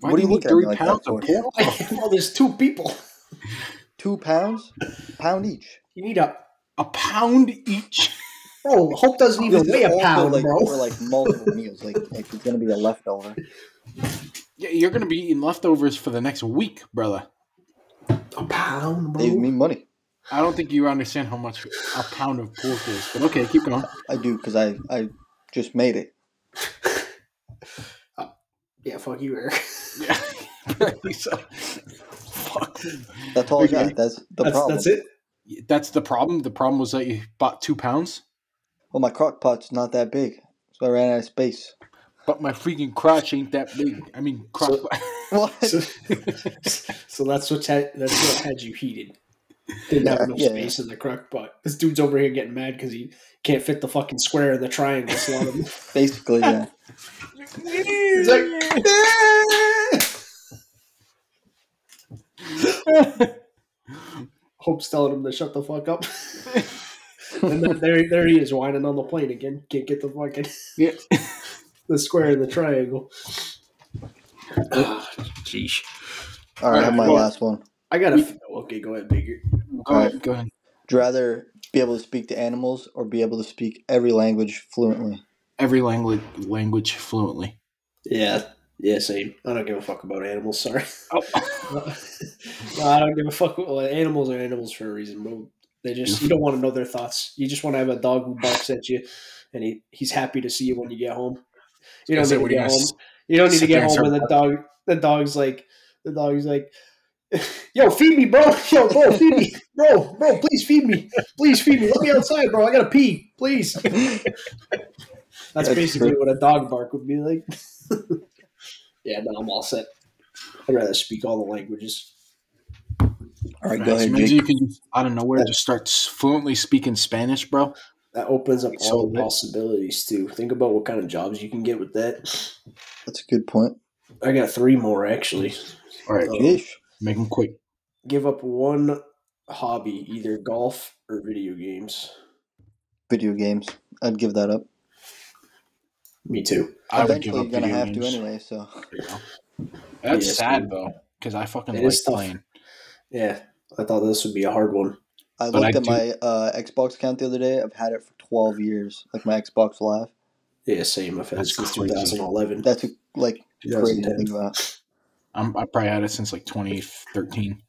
C: Why
B: what
C: do
B: are you
C: need
B: looking at
C: three
B: me like that
C: pounds
B: for?
C: of pork?
A: Oh, well, there's two people.
B: Two pounds, pound each.
A: You need a
C: A pound each.
A: bro. Hope doesn't even
B: This is
A: weigh a
B: also,
A: pound,
B: like,
A: bro.
B: For like multiple meals, like, like it's gonna be a leftover.
C: Yeah, you're gonna be eating leftovers for the next week, brother.
A: A pound,
B: They
A: bro.
B: mean money.
C: I don't think you understand how much a pound of pork is. But okay, keep going.
B: I do because I I just made it.
A: Yeah, fuck you, Eric.
C: Yeah. So- fuck.
B: That's all I
A: Okay.
B: got. That's the
A: That's,
B: problem.
A: that's it.
C: That's the problem. The problem was that you bought two pounds,
B: Well, my crock pot's not that big, so I ran out of space.
C: but my freaking crotch ain't that big. I mean, crotch.
B: What?
A: So, so that's what had, that's what had you heated. Didn't have
B: Yeah,
A: enough
B: yeah.
A: space in the crock pot. This dude's over here getting mad because he can't fit the fucking square in the triangle slot. of-
B: Basically, yeah.
A: He's like, Hope's telling him to shut the fuck up. and then there, there he is whining on the plane again. Can't get the fucking
C: yeah.
A: the square and the triangle. Ah, Jeez,
B: All right, I have my
A: Alright,
B: last one.
A: I gotta. f- Okay, go ahead, bigger.
C: Go ahead. Go ahead.
B: Would you rather be able to speak to animals or be able to speak every language fluently?
C: Every language language fluently.
A: Yeah, yeah, same. I don't give a fuck about animals. Sorry.
C: Oh.
A: no, I don't give a fuck. Well, animals are animals for a reason, bro. They just you don't want to know their thoughts. You just want to have a dog who barks at you, and he, he's happy to see you when you get home. You don't
C: Is it
A: need to
C: when you
A: get
C: guys-
A: home. You don't need to
C: sit
A: get
C: there and
A: home, and
C: start
A: the dog the dog's like the dog's like, yo, feed me, bro. Yo, bro, feed me, bro, bro. Please feed me, please feed me. Let me outside, bro. I gotta pee, please. That's,
B: That's
A: basically
B: true.
A: what a dog bark would be like. yeah, no, I'm all set. I'd rather speak all the languages.
B: All right, go
C: Nice.
B: ahead,
C: Imagine you
B: Jake.
C: can out of nowhere just start s- fluently speaking Spanish, bro.
A: That opens up all
C: Sold
A: the
C: it.
A: possibilities too. Think about what kind of jobs you can get with that.
B: That's a good point.
A: I got three more actually.
C: All right,
A: Um,
B: Ish.
C: make them quick.
A: give up one hobby, either golf or video games.
B: video games. I'd give that up.
A: Me too.
C: I would give
B: Eventually,
C: up
B: you're gonna
C: video
B: have to
C: games.
B: anyway. So
C: That's
A: Yes,
C: sad
A: dude.
C: though, because I fucking
A: It
C: like
A: is tough.
C: playing.
A: Yeah, I thought this would be a hard one.
B: I
C: But
B: looked
C: I
B: at my uh, Xbox account the other day. I've had it for 12 years, like my Xbox Live.
A: Yeah, same. I've had it
C: That's
A: since
C: crazy.
A: 2011.
B: That's like crazy to
A: 2010.
B: think about.
C: I'm, I probably had it since like 2013.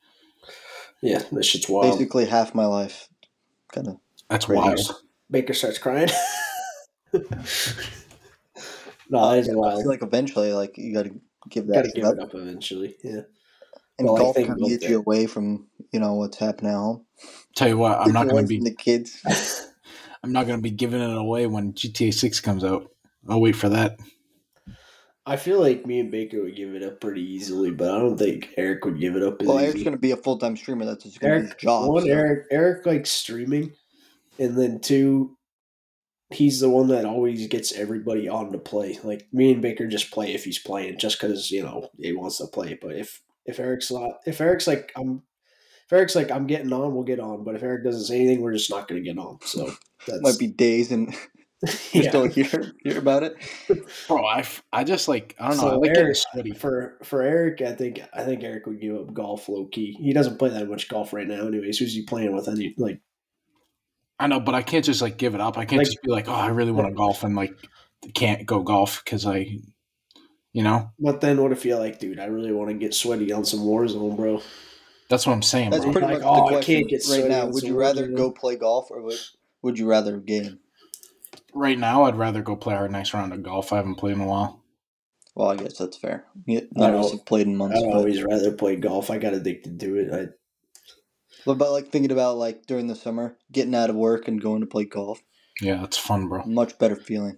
A: Yeah, that shit's wild.
B: Basically half my life. Kind of.
C: That's
B: Crazy.
C: wild.
A: Baker starts crying. no, that is
B: I
A: wild.
B: feel like eventually, like you got to give
A: Gotta
B: that shit
A: give
B: up.
A: it up eventually. Yeah.
B: And
A: Well, I
B: golf
A: think
B: kind of
A: about
B: gets
A: that.
B: you away from you know what's happening at home.
C: Tell you what, I'm
B: Gets
C: not
B: you
C: gonna
B: away
C: be
B: from the kids.
C: I'm not gonna be giving it away when GTA 6 comes out. I'll wait for that.
A: I feel like me and Baker would give it up pretty easily, but I don't think Eric would give it up. As
B: Well, Eric's
A: easily.
B: gonna be a full time streamer. That's just gonna be his
A: Eric,
B: job.
A: one,
B: so-
A: Eric, Eric likes streaming, and then two, he's the one that always gets everybody on to play. Like me and Baker just play if he's playing, just because you know he wants to play. But if if Eric's not, if Eric's like I'm, if Eric's like I'm getting on, we'll get on. But if Eric doesn't say anything, we're just not going to get on. So that's
B: Might be days and you
A: yeah.
B: still hear hear about it.
C: Bro, I, f- I just like I don't know. I
A: So
C: like getting
A: Eric-
C: sweaty.
A: for for Eric, I think I think Eric would give up golf low key. He doesn't play that much golf right now, anyways. Who's he playing with? Any like
C: I know, but I can't just like give it up. I can't
A: Like-
C: just be like, oh, I really want to
A: Like-
C: golf and like can't go golf because I, you know,
A: But then what if you're like, dude, I really want to get sweaty on some Warzone, bro?
C: that's what I'm saying.
B: That's
C: bro.
B: pretty
A: Like,
B: much
A: oh, I
B: the question
A: can't get
B: right
A: sweaty
B: now.
A: with
B: Would you
A: some
B: rather
A: women.
B: go play golf or would, would you rather game?
C: right now, I'd rather go play our next round of golf. I haven't played in a while.
B: Well, I guess that's fair. Yeah, none of us
A: don't-
B: have played in months.
A: I'd
B: but-
A: always rather play golf. I got addicted to it. I,
B: What about like thinking about like during the summer, getting out of work and going to play golf?
C: Yeah, that's fun, bro.
B: Much better feeling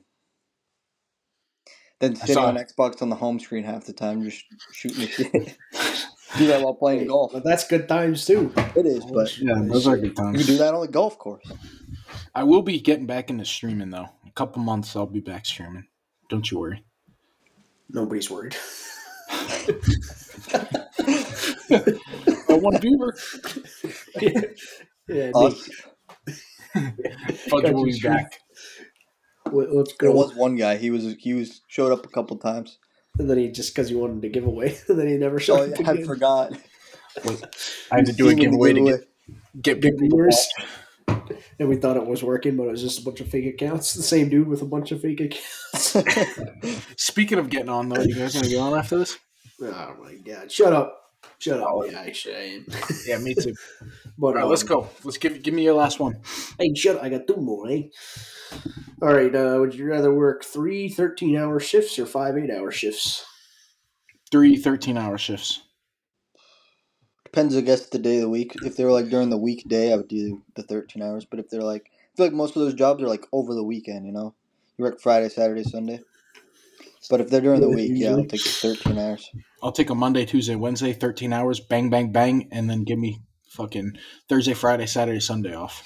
B: than sitting
C: saw-
B: on Xbox on the home screen half the time, just shooting the shit. do that while playing golf.
A: But that's good times too.
B: It is, but
C: Yeah, those are good
B: you can
C: times.
B: do that on a golf course.
C: I will be getting back into streaming though. A couple months, I'll be back streaming. Don't you worry.
A: Nobody's worried.
C: I want Beaver.
A: yeah,
B: Us,
C: Fudge will be back.
A: Nick, let's
B: there
A: go.
B: was one guy. He was he was showed up a couple times.
A: and then he just because he wanted to give away, and then he never showed
B: Oh,
A: up
B: yeah, I
A: again.
B: forgot.
C: I had to do a
B: Seeming
C: giveaway to
B: giveaway.
C: get get
A: Big
C: people to
A: viewers.
C: watch.
A: And we thought it was working, but it was just a bunch of fake accounts. The same dude with a bunch of fake accounts.
C: Speaking of getting on though, you guys gonna get on after this?
A: oh my god! Shut up! Shut up! Yeah, actually, I am.
C: Yeah, me too.
A: But
C: Oh. All right, let's
A: um,
C: go. Let's give give me your last one.
A: Hey, shut up. I got two more, eh? All right. Uh, would you rather work three 13 hour shifts or five 8 hour shifts?
C: Three 13 hour shifts.
B: Depends, I guess, the day of the week. If they were like during the weekday, I would do the 13 hours. But if they're like, I feel like most of those jobs are like over the weekend, you know? You work Friday, Saturday, Sunday. But if they're during the
A: Yeah,
B: week, yeah, I'll
A: usually.
B: take the 13 hours.
C: I'll take a Monday, Tuesday, Wednesday, 13 hours, bang, bang, bang, and then give me fucking Thursday, Friday, Saturday, Sunday off.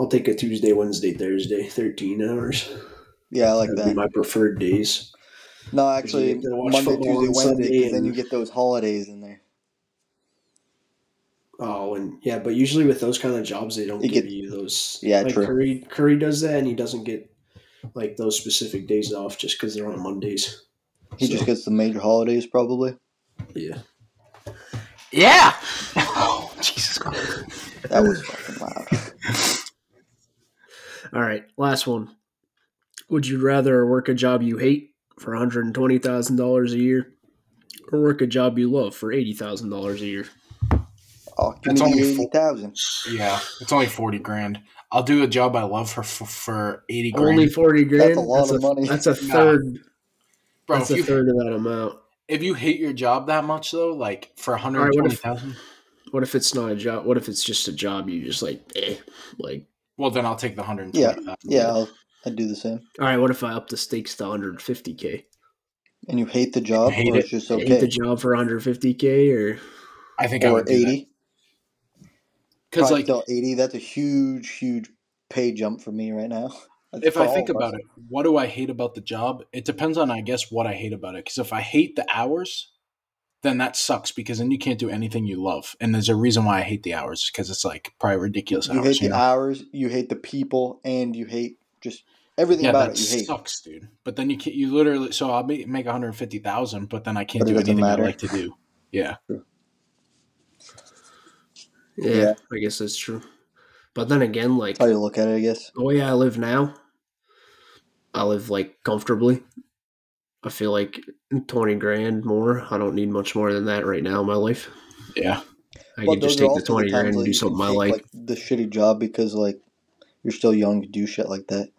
A: I'll take a Tuesday, Wednesday, Thursday, 13 hours.
B: Yeah, I like
A: That'd be
B: that.
A: my preferred days.
B: No, actually,
A: get to watch
B: Monday,
A: football
B: Tuesday,
A: on
B: Wednesday,
A: Sunday
B: because then
A: and-
B: you get those holidays in there.
A: Oh, and yeah, but usually with those kind of jobs, they don't
B: You
A: give
B: get-
A: you those.
B: Yeah,
A: like
B: true.
A: Curry, Curry does that, and he doesn't get like those specific days off just because they're on Mondays.
B: He
A: So,
B: just gets the major holidays, probably.
A: yeah.
C: Yeah. Oh, Jesus Christ.
B: That was fucking loud.
A: All right, last one. Would you rather work a job you hate for one hundred and twenty thousand dollars a year, or work a job you love for eighty thousand dollars a year?
B: Oh, give
C: That's
B: me the
C: only four-
B: 80,000.
C: Yeah, it's only 40 grand. I'll do a job I love for for, for 80 grand.
A: Only forty grand.
B: That's a lot of money.
A: That's a
C: Nah.
A: third.
C: Bro,
A: that's
C: if
A: a
C: you,
A: third of that amount.
C: if you hate your job that much though, like for
A: right, what if-
C: 120,000,
A: What if it's not a job? What if it's just a job you just like, eh, like?
C: well then I'll take the 120,000.
B: Yeah, I'll, I'd do the same.
A: All right, what if I up the stakes to one hundred and fifty k?
B: And you hate the job,
C: Hate
B: or
C: it.
B: it's just
A: Hate the
B: okay.
A: job for one hundred fifty k, or
C: I think I
B: Or
C: would 80.
B: 80.
C: Cuz
B: Probably
C: like
B: still 80 that's a huge huge pay jump for me right now That's
C: if
B: for
C: I
B: all
C: think
B: of us.
C: about it, what do I hate about the job? It depends on, I guess, what I hate about it. Because if I hate the hours, then that sucks because then you can't do anything you love. And there's a reason why I hate the hours because it's like probably ridiculous
B: You
C: hours.
B: hate
C: you
B: the
C: know?
B: hours, you hate the people, and you hate just everything
C: Yeah,
B: about
C: that
B: it. You hate.
C: sucks, dude. But then you can't, you literally so I'll make, make 150,000, but then I can't
B: But it
C: do
B: doesn't
C: anything
B: matter.
C: I like to do. Yeah,
A: Yeah,
B: Yeah.
A: I guess that's true. But then again, like
B: How you look at it, I guess.
A: the way Oh, I live now, I live like comfortably. I feel like twenty grand more. I don't need much more than that right now in my life.
C: yeah,
A: I
B: But
A: can just take
B: those are
A: the
B: also
A: twenty grand and
B: times, like,
A: do
B: you can
A: something I
B: take,
A: like.
B: The shitty job because like you're still young to do shit like that.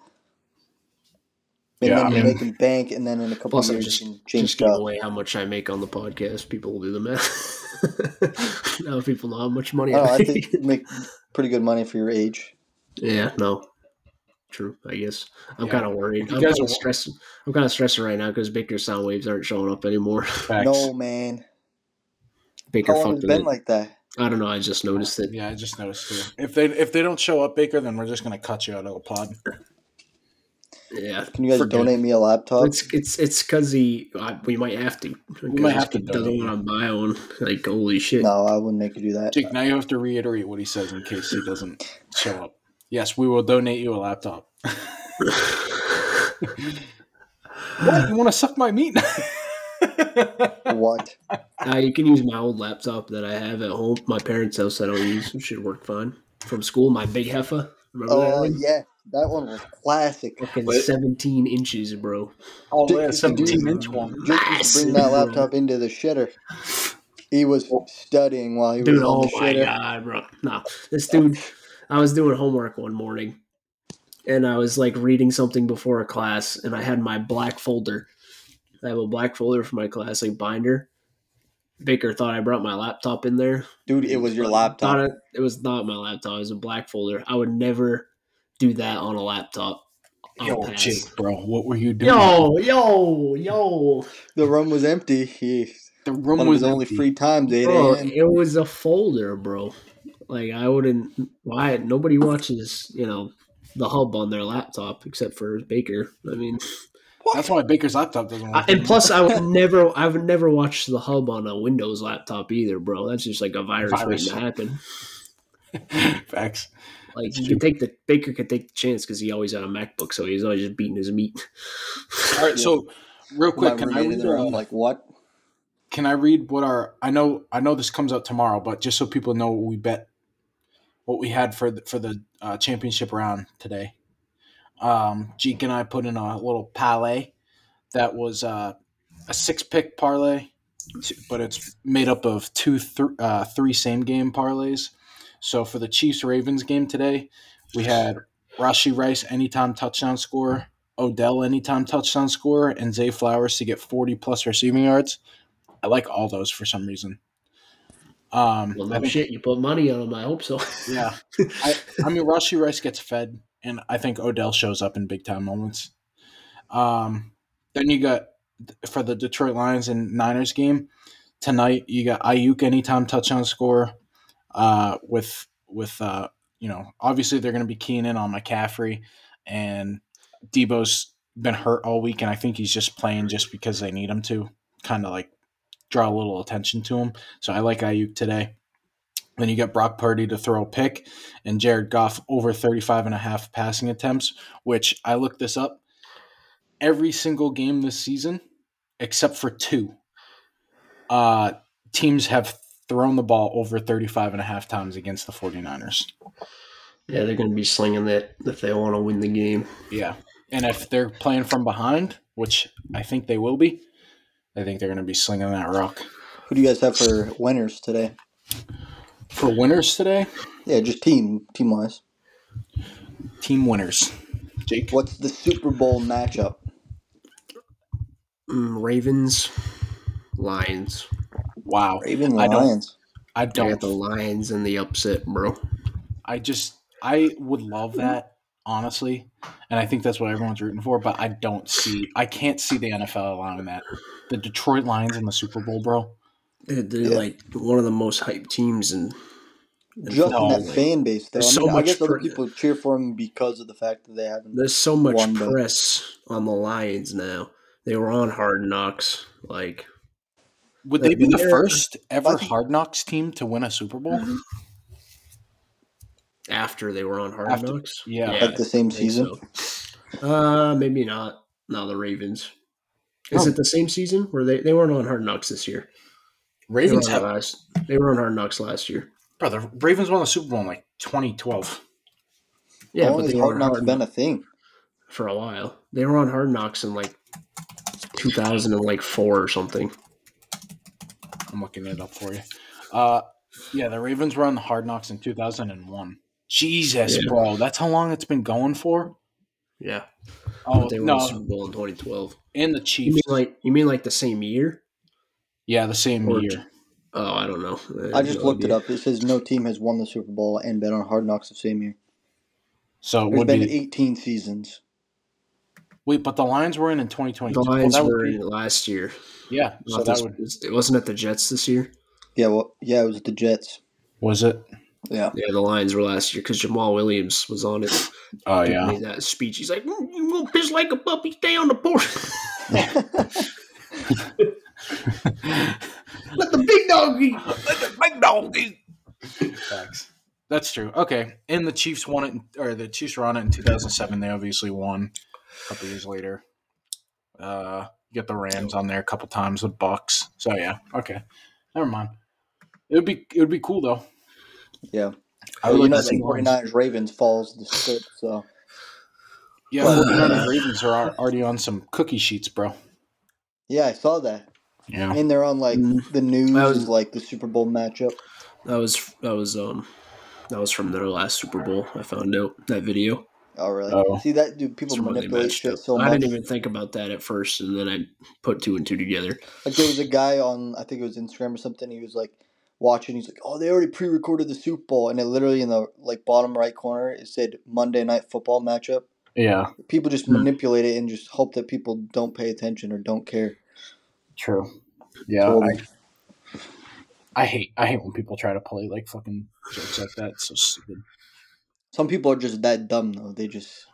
B: And
C: Yeah,
B: then
C: I
B: you're
C: mean-
B: making bank, and then in a couple
A: Plus, I'm
B: years
A: just
B: you can change
A: just give
B: jobs.
A: away how much I make on the podcast. People will do the math. now people know how much money
B: Oh,
A: I
B: I
A: make.
B: think you make pretty good money for your age.
A: Yeah, no. True, I guess. I'm
C: Yeah.
A: kind of worried.
C: You
A: I'm
C: guys
A: kind
C: are-
A: of stressing. I'm kind of stressing right now because Baker sound waves aren't showing up anymore.
C: facts.
B: No man,
A: Baker
B: how long
A: fucked with
B: has it been
A: it.
B: like that?
A: I don't know. I just noticed it.
C: Yeah, I just noticed. Too. If they if they don't show up, Baker, then we're just gonna cut you out of the pod.
A: Yeah,
B: Can you guys
A: Forget it.
B: donate me a laptop?
A: it's it's it's because he. I, we might have to. We
C: might have to
A: Doesn't
C: donate.
A: want to buy one. Like holy shit.
B: No, I wouldn't make you do that.
C: Jake, now you have to reiterate what he says in case he doesn't show up. Yes, we will donate you a laptop. What? You want to suck my meat?
B: What?
A: Uh, you can use my old laptop that I have at home, my parents' house. that I don't use. It should work fine from school. My big heffa. Remember
B: Oh
A: that? one?
B: yeah, that one was classic.
A: Fucking
C: Wait.
A: 17 inches, bro.
C: oh,
B: Dude,
C: yeah,
B: dude.
C: seventeen inch one.
B: Jake used to bring that
A: Massive.
B: laptop into the shitter. He was studying while he was
A: Dude,
B: on
A: oh
B: the
A: my
B: shitter.
A: god, bro. No, this dude. I was doing homework one morning, and I was like reading something before a class, and I had my black folder. I have a black folder for my class, like binder. Baker thought I brought my laptop in there.
B: Dude, it was your
A: Thought
B: laptop.
A: it, it was not my laptop. It was a black folder. I would never do that on a laptop. I'll
B: Oh,
C: Yo,
A: pass.
C: Jake, bro, what were you doing?
A: yo, yo, yo.
B: The room was empty. He
C: the
B: one
C: room
B: of his
C: was
B: only
C: empty.
B: free times eight
A: Bro,
B: a.m.
A: it was a folder, bro. Like I wouldn't. Why nobody watches? You know, the hub on their laptop except for Baker. I mean,
C: That's why Baker's laptop doesn't
A: I,
C: work.
A: and plus, I would never. I would never watch the hub on a Windows laptop either, bro. That's just like a virus,
C: Virus.
A: waiting to happen.
C: Facts.
A: Like you can take the Baker could take the chance because he always had a MacBook, so he's always just beating his meat.
C: All right, so real
B: My
C: quick, can I
B: roommate in
C: read,
B: the room,
C: uh,
B: like what?
C: can I read what our? I know, I know this comes out tomorrow, but just so people know what we bet, what we had for the, for the uh, championship round today. Um, Jake and I put in a little parlay that was uh, a six pick parlay, t- but it's made up of two, th- uh, three same game parlays. So for the Chiefs Ravens game today, we had Rashi Rice anytime touchdown score, Odell anytime touchdown score, and Zay Flowers to get forty plus receiving yards. I like all those for some reason. Um,
A: Well,
C: I
A: no
C: think-
A: shit, you put money on him. I hope so.
C: yeah, I, I mean Rashi Rice gets fed, and I think Odell shows up in big time moments. Um, then you got for the Detroit Lions and Niners game tonight. You got Ayuk anytime touchdown score uh, with with uh, you know obviously they're going to be keying in on McCaffrey and Debo's been hurt all week, and I think he's just playing just because they need him to kind of like draw a little attention to him. So I like Ayuk today. Then you get Brock Purdy to throw a pick and Jared Goff over 35 and a half passing attempts, which I looked this up. Every single game this season, except for two, uh, teams have thrown the ball over 35 and a half times against the 49ers.
A: yeah, they're gonna be slinging that if they want to win the game.
C: Yeah. And if they're playing from behind, which I think they will be, I think they're going to be slinging that rock.
B: Who do you guys have for winners today?
C: For winners today,
B: Yeah, just team team wise.
C: team winners. Jake?
B: What's the Super Bowl matchup?
A: Mm, Ravens, Lions.
C: Wow.
B: Raven
C: I don't-
B: Lions.
C: I
A: I
C: don't
A: got the Lions and the upset, bro.
C: I just I would love that honestly, and I think that's what everyone's rooting for. But I don't see I can't see the NFL allowing that. The Detroit Lions in the Super Bowl, bro.
A: Dude, they're
B: Yeah.
A: like one of the most hyped teams, and
B: Just
C: No,
B: that
C: like,
B: fan base, though. I, mean,
A: there's so
B: I
A: much
B: guess other
A: pressure.
B: people cheer for him because of the fact that they haven't.
A: there's so much
B: One, but-
A: press on the Lions now. They were on Hard Knocks, like
C: Would they be the
A: Yeah.
C: first ever
B: Fuck.
C: Hard Knocks team to win a Super Bowl?
A: after they were on Hard
C: After-
A: Knocks.
C: yeah.
B: like the same season.
A: so. Uh, maybe not. No, the Ravens. Is
C: Oh.
A: it the same season where they, they weren't on Hard Knocks this year? They were,
C: Ravens
A: on
C: have
A: last, they were on Hard Knocks last year.
C: brother. Ravens won the Super Bowl in like 2012.
A: Yeah,
B: How long
A: but
B: has
A: they were
B: Hard
A: on
B: Knocks
A: Hard
B: been
A: Knocks
B: a thing?
A: for a while. They were on Hard Knocks in like 2004 or something.
C: I'm looking it up for you. Uh, yeah, the Ravens were on the Hard Knocks in 2001. Jesus,
A: Yeah.
C: bro, that's how long it's been going for.
A: Yeah,
C: Oh
A: but they won the Super
C: no,
A: Bowl in 2012.
C: and the
A: You
C: Chiefs.
A: mean like you mean like the same year?
C: Yeah, the same
A: Or-
C: year.
A: Oh, I don't know. have
B: I just
A: no
B: looked it
A: idea.
B: up. It says no team has won the Super Bowl and been on Hard Knocks the same year.
C: So it
B: There's
C: would
B: been
C: be
B: 18 seasons.
C: wait, but the Lions were in in 2022.
A: The
C: Well,
A: Lions
C: that would
A: were
C: be-
A: in it last year.
C: yeah. So
A: Not
C: that
A: this-
C: would
A: it wasn't at the Jets this year.
B: Yeah, well, yeah, it was the Jets.
C: was it.
B: Yeah,
A: Yeah, the Lions were last year because Jamal Williams was on it.
C: Oh
A: He
C: yeah,
A: Made that speech. He's like, "Mm, "You gonna piss like a puppy? Stay on the porch. Let the big dog eat."
C: Facts. That's true. Okay, and the Chiefs won it, in, or the Chiefs were on it in 2007. They obviously won a couple years later. Uh, you get the Rams on there a couple times, the Bucks. So yeah, okay, never mind. It would be it would be cool though.
B: yeah.
C: I
B: Well, you
C: would
B: know,
C: like to
B: the
C: see more.
B: 49ers Ravens falls the script, so
C: Yeah, 49ers Ravens are al- already on some cookie sheets, bro.
B: yeah, I saw that,
C: Yeah,
B: and they're on like
A: Mm.
B: the news,
A: That was-
B: is, like the Super Bowl matchup.
A: That was that was um that was from their last Super Bowl. I found out that video.
B: Oh, really?
C: Oh.
B: See that, dude?
A: It's
B: People
A: when they
B: manipulate
A: matched
B: shit
A: up.
B: so
A: I
B: much.
A: didn't even think about that at first, and then I put two and two together.
B: Like there was a guy on, I think it was Instagram or something. He was like watching. He's like, "Oh, they already pre-recorded the Super Bowl," and it literally in the like bottom right corner it said Monday Night Football matchup.
C: yeah,
B: People just
A: Hmm.
B: manipulate it and just hope that people don't pay attention or don't care.
C: true. Yeah,
B: Totally.
C: I, I hate I hate when people try to play like fucking jokes like that. It's so stupid.
B: Some people are just that dumb though. They just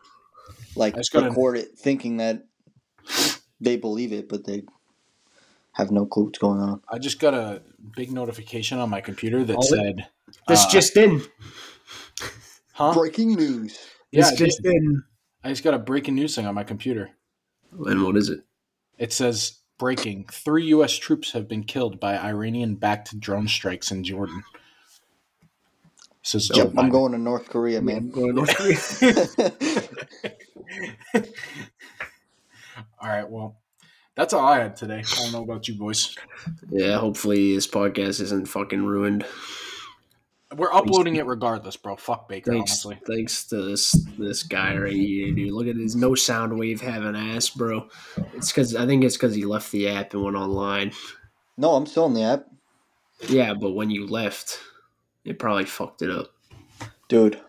B: like
C: I just gotta-
B: record it thinking that they believe it, but they have no clue what's going on.
C: I just got a big notification on my computer that
A: Oh,
C: said,
A: This
C: uh,
A: just in.
C: huh?
B: Breaking news.
C: Yeah,
A: This
C: I,
A: just
C: did.
A: in.
C: I just got a breaking news thing on my computer.
A: And what is it?
C: It says breaking: three U.S. troops have been killed by Iranian-backed drone strikes in Jordan. This is
B: Yep,
C: Joe
B: I'm
C: Biden.
B: going to North Korea, man.
C: All right, well, that's all I had today. I don't know about you boys.
A: Yeah, hopefully this podcast isn't fucking ruined.
C: We're uploading it regardless, bro. Fuck Baker,
A: Thanks,
C: honestly.
A: thanks to this this guy right here, dude. Look at his no sound wave having ass, bro. It's because I think it's because he left the app and went online.
B: no, I'm still on the app,
A: Yeah, but when you left, it probably fucked it up.
B: dude.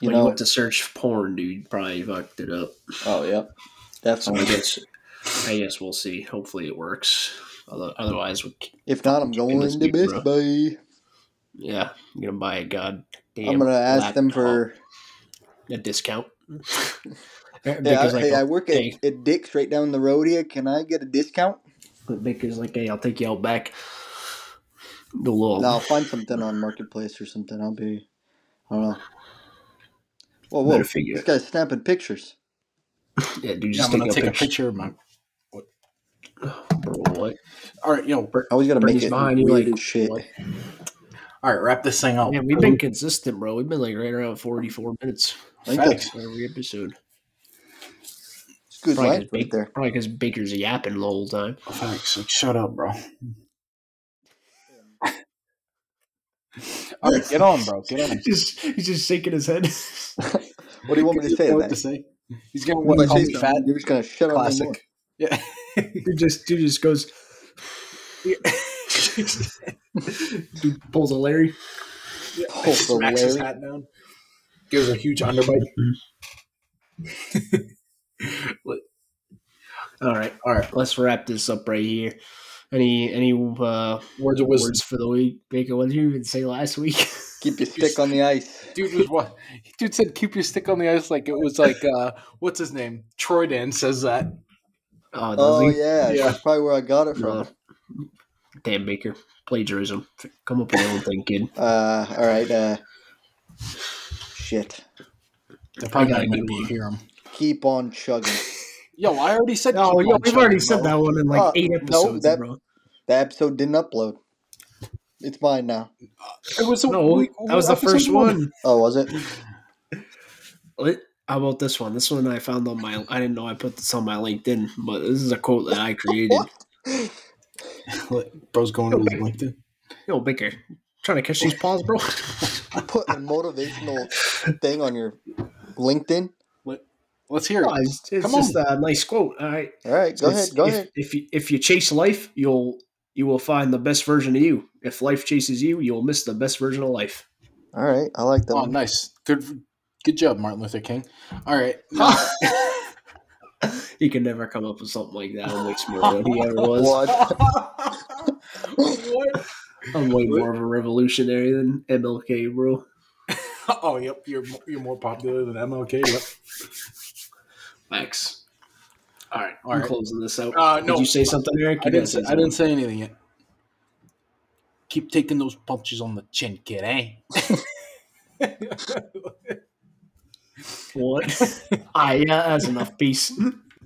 B: You
A: when
B: know,
A: you went to search porn, dude, probably fucked it up.
B: Oh yeah,
A: So I
B: definitely.
A: guess I guess we'll see. Hopefully it works. Other- Otherwise, we
B: If not, I'm
A: Keeping
B: going
A: this
B: to
A: deep,
B: Best
A: bro.
B: Buy.
A: yeah, I'm gonna buy a goddamn.
B: I'm gonna ask them for.
A: a discount.
B: Hey, I,
A: Baker's like,
B: hey, I work
A: hey.
B: at, at Dick's right down the road here. Can I get a discount?
A: Baker's like, hey, I'll take you out back. The little
B: No, I'll find something on Marketplace or something. I'll be. I don't know. Whoa, whoa!
A: Better figure.
B: This guy's snapping pictures.
A: Yeah, dude,
C: Yeah,
A: just
C: I'm gonna
A: take,
C: take
A: a
C: a
A: picture.
C: picture of my.
A: Bro, what?
C: All right, yo.
B: I always gotta make
A: Brady's
B: it
A: behind you,
B: weird
A: like,
B: as shit.
A: what?
C: All right, wrap this thing up.
A: Man, we've been consistent, bro. We've been like right around 44 minutes
B: I think that's
C: Facts.
A: every episode.
B: it's good
A: Probably
B: life
A: because
B: right there.
A: Baker's yapping the whole time.
C: Facts. Like, shut up, bro. All right,
B: Yes.
C: get on, bro. Get on.
A: Just, he's just shaking his head.
B: What do you want me to say?
C: You
B: To
C: know what to
B: that?
C: say? He's gonna
B: If
C: what,
B: I
C: call
B: say
C: me fat.
B: something, you're just gonna shut up anymore.
C: Classic. Yeah.
A: he just, dude, just goes. He pulls a Larry.
B: Oh,
C: Smacks
B: hilarious.
C: his hat down. Gives a huge underbite.
A: All right,
C: All right.
A: let's wrap this up right here. Any any uh,
C: Words of wisdom.
A: words for the week, Baker? What did you even say last week?
B: Keep your stick on the ice.
C: Dude was what? Dude said, "Keep your stick on the ice." Like it was like, uh, what's his name? Troy Dan says that.
A: Oh, does
B: Oh
A: he?
B: yeah,
C: Yeah.
B: that's probably where I got it from.
A: No. Dan Baker, plagiarism. Come up with your own thing, kid.
B: Uh, all right. Uh, shit.
C: They're probably
A: gotta
C: not
A: get
C: going to be
A: one.
C: hear them.
B: Keep on chugging.
C: Yo, I already said.
A: No,
C: keep
A: yo,
C: on
A: we've already
C: chugging,
A: said
C: bro.
A: that one in like
B: Uh,
A: eight
B: no,
A: episodes,
B: that-
A: bro.
B: The episode didn't upload. It's mine now.
C: It was
A: No, that was the
C: episode
A: first one.
B: Oh, was it?
A: Let- How about this one? This one I found on my. I didn't know I put this on my LinkedIn, but this is a quote that I created.
B: What?
C: Bro's going to his LinkedIn.
A: Yo, Baker, trying to catch these paws, bro.
B: You put a motivational thing on your LinkedIn.
C: Let's hear
A: No,
C: it.
A: it's it's
C: Come
A: just a nice quote. All right,
B: All right, go
A: It's-
B: ahead. Go
A: if,
B: ahead.
A: If you, if you chase life, you'll you will find the best version of you. If life chases you, you'll miss the best version of life.
B: All right, I like that.
C: Oh,
B: one.
C: nice. Good, good job, Martin Luther King. All right.
A: You can never come up with something like that. It makes me what he ever was.
B: What?
C: what?
A: I'm way more of a revolutionary than MLK, bro.
C: Oh, yep. You're you're more popular than MLK. Yep.
A: Thanks. All right,
C: All
A: I'm
C: right.
A: closing this out.
C: Uh,
A: Did
C: no,
A: you say something, Eric?
C: I
A: You
C: didn't.
A: gotta
C: Say, I
A: something.
C: didn't say anything yet. Keep taking those punches on the chin, kid. Eh?
A: What? Ah, yeah, that's enough. Peace.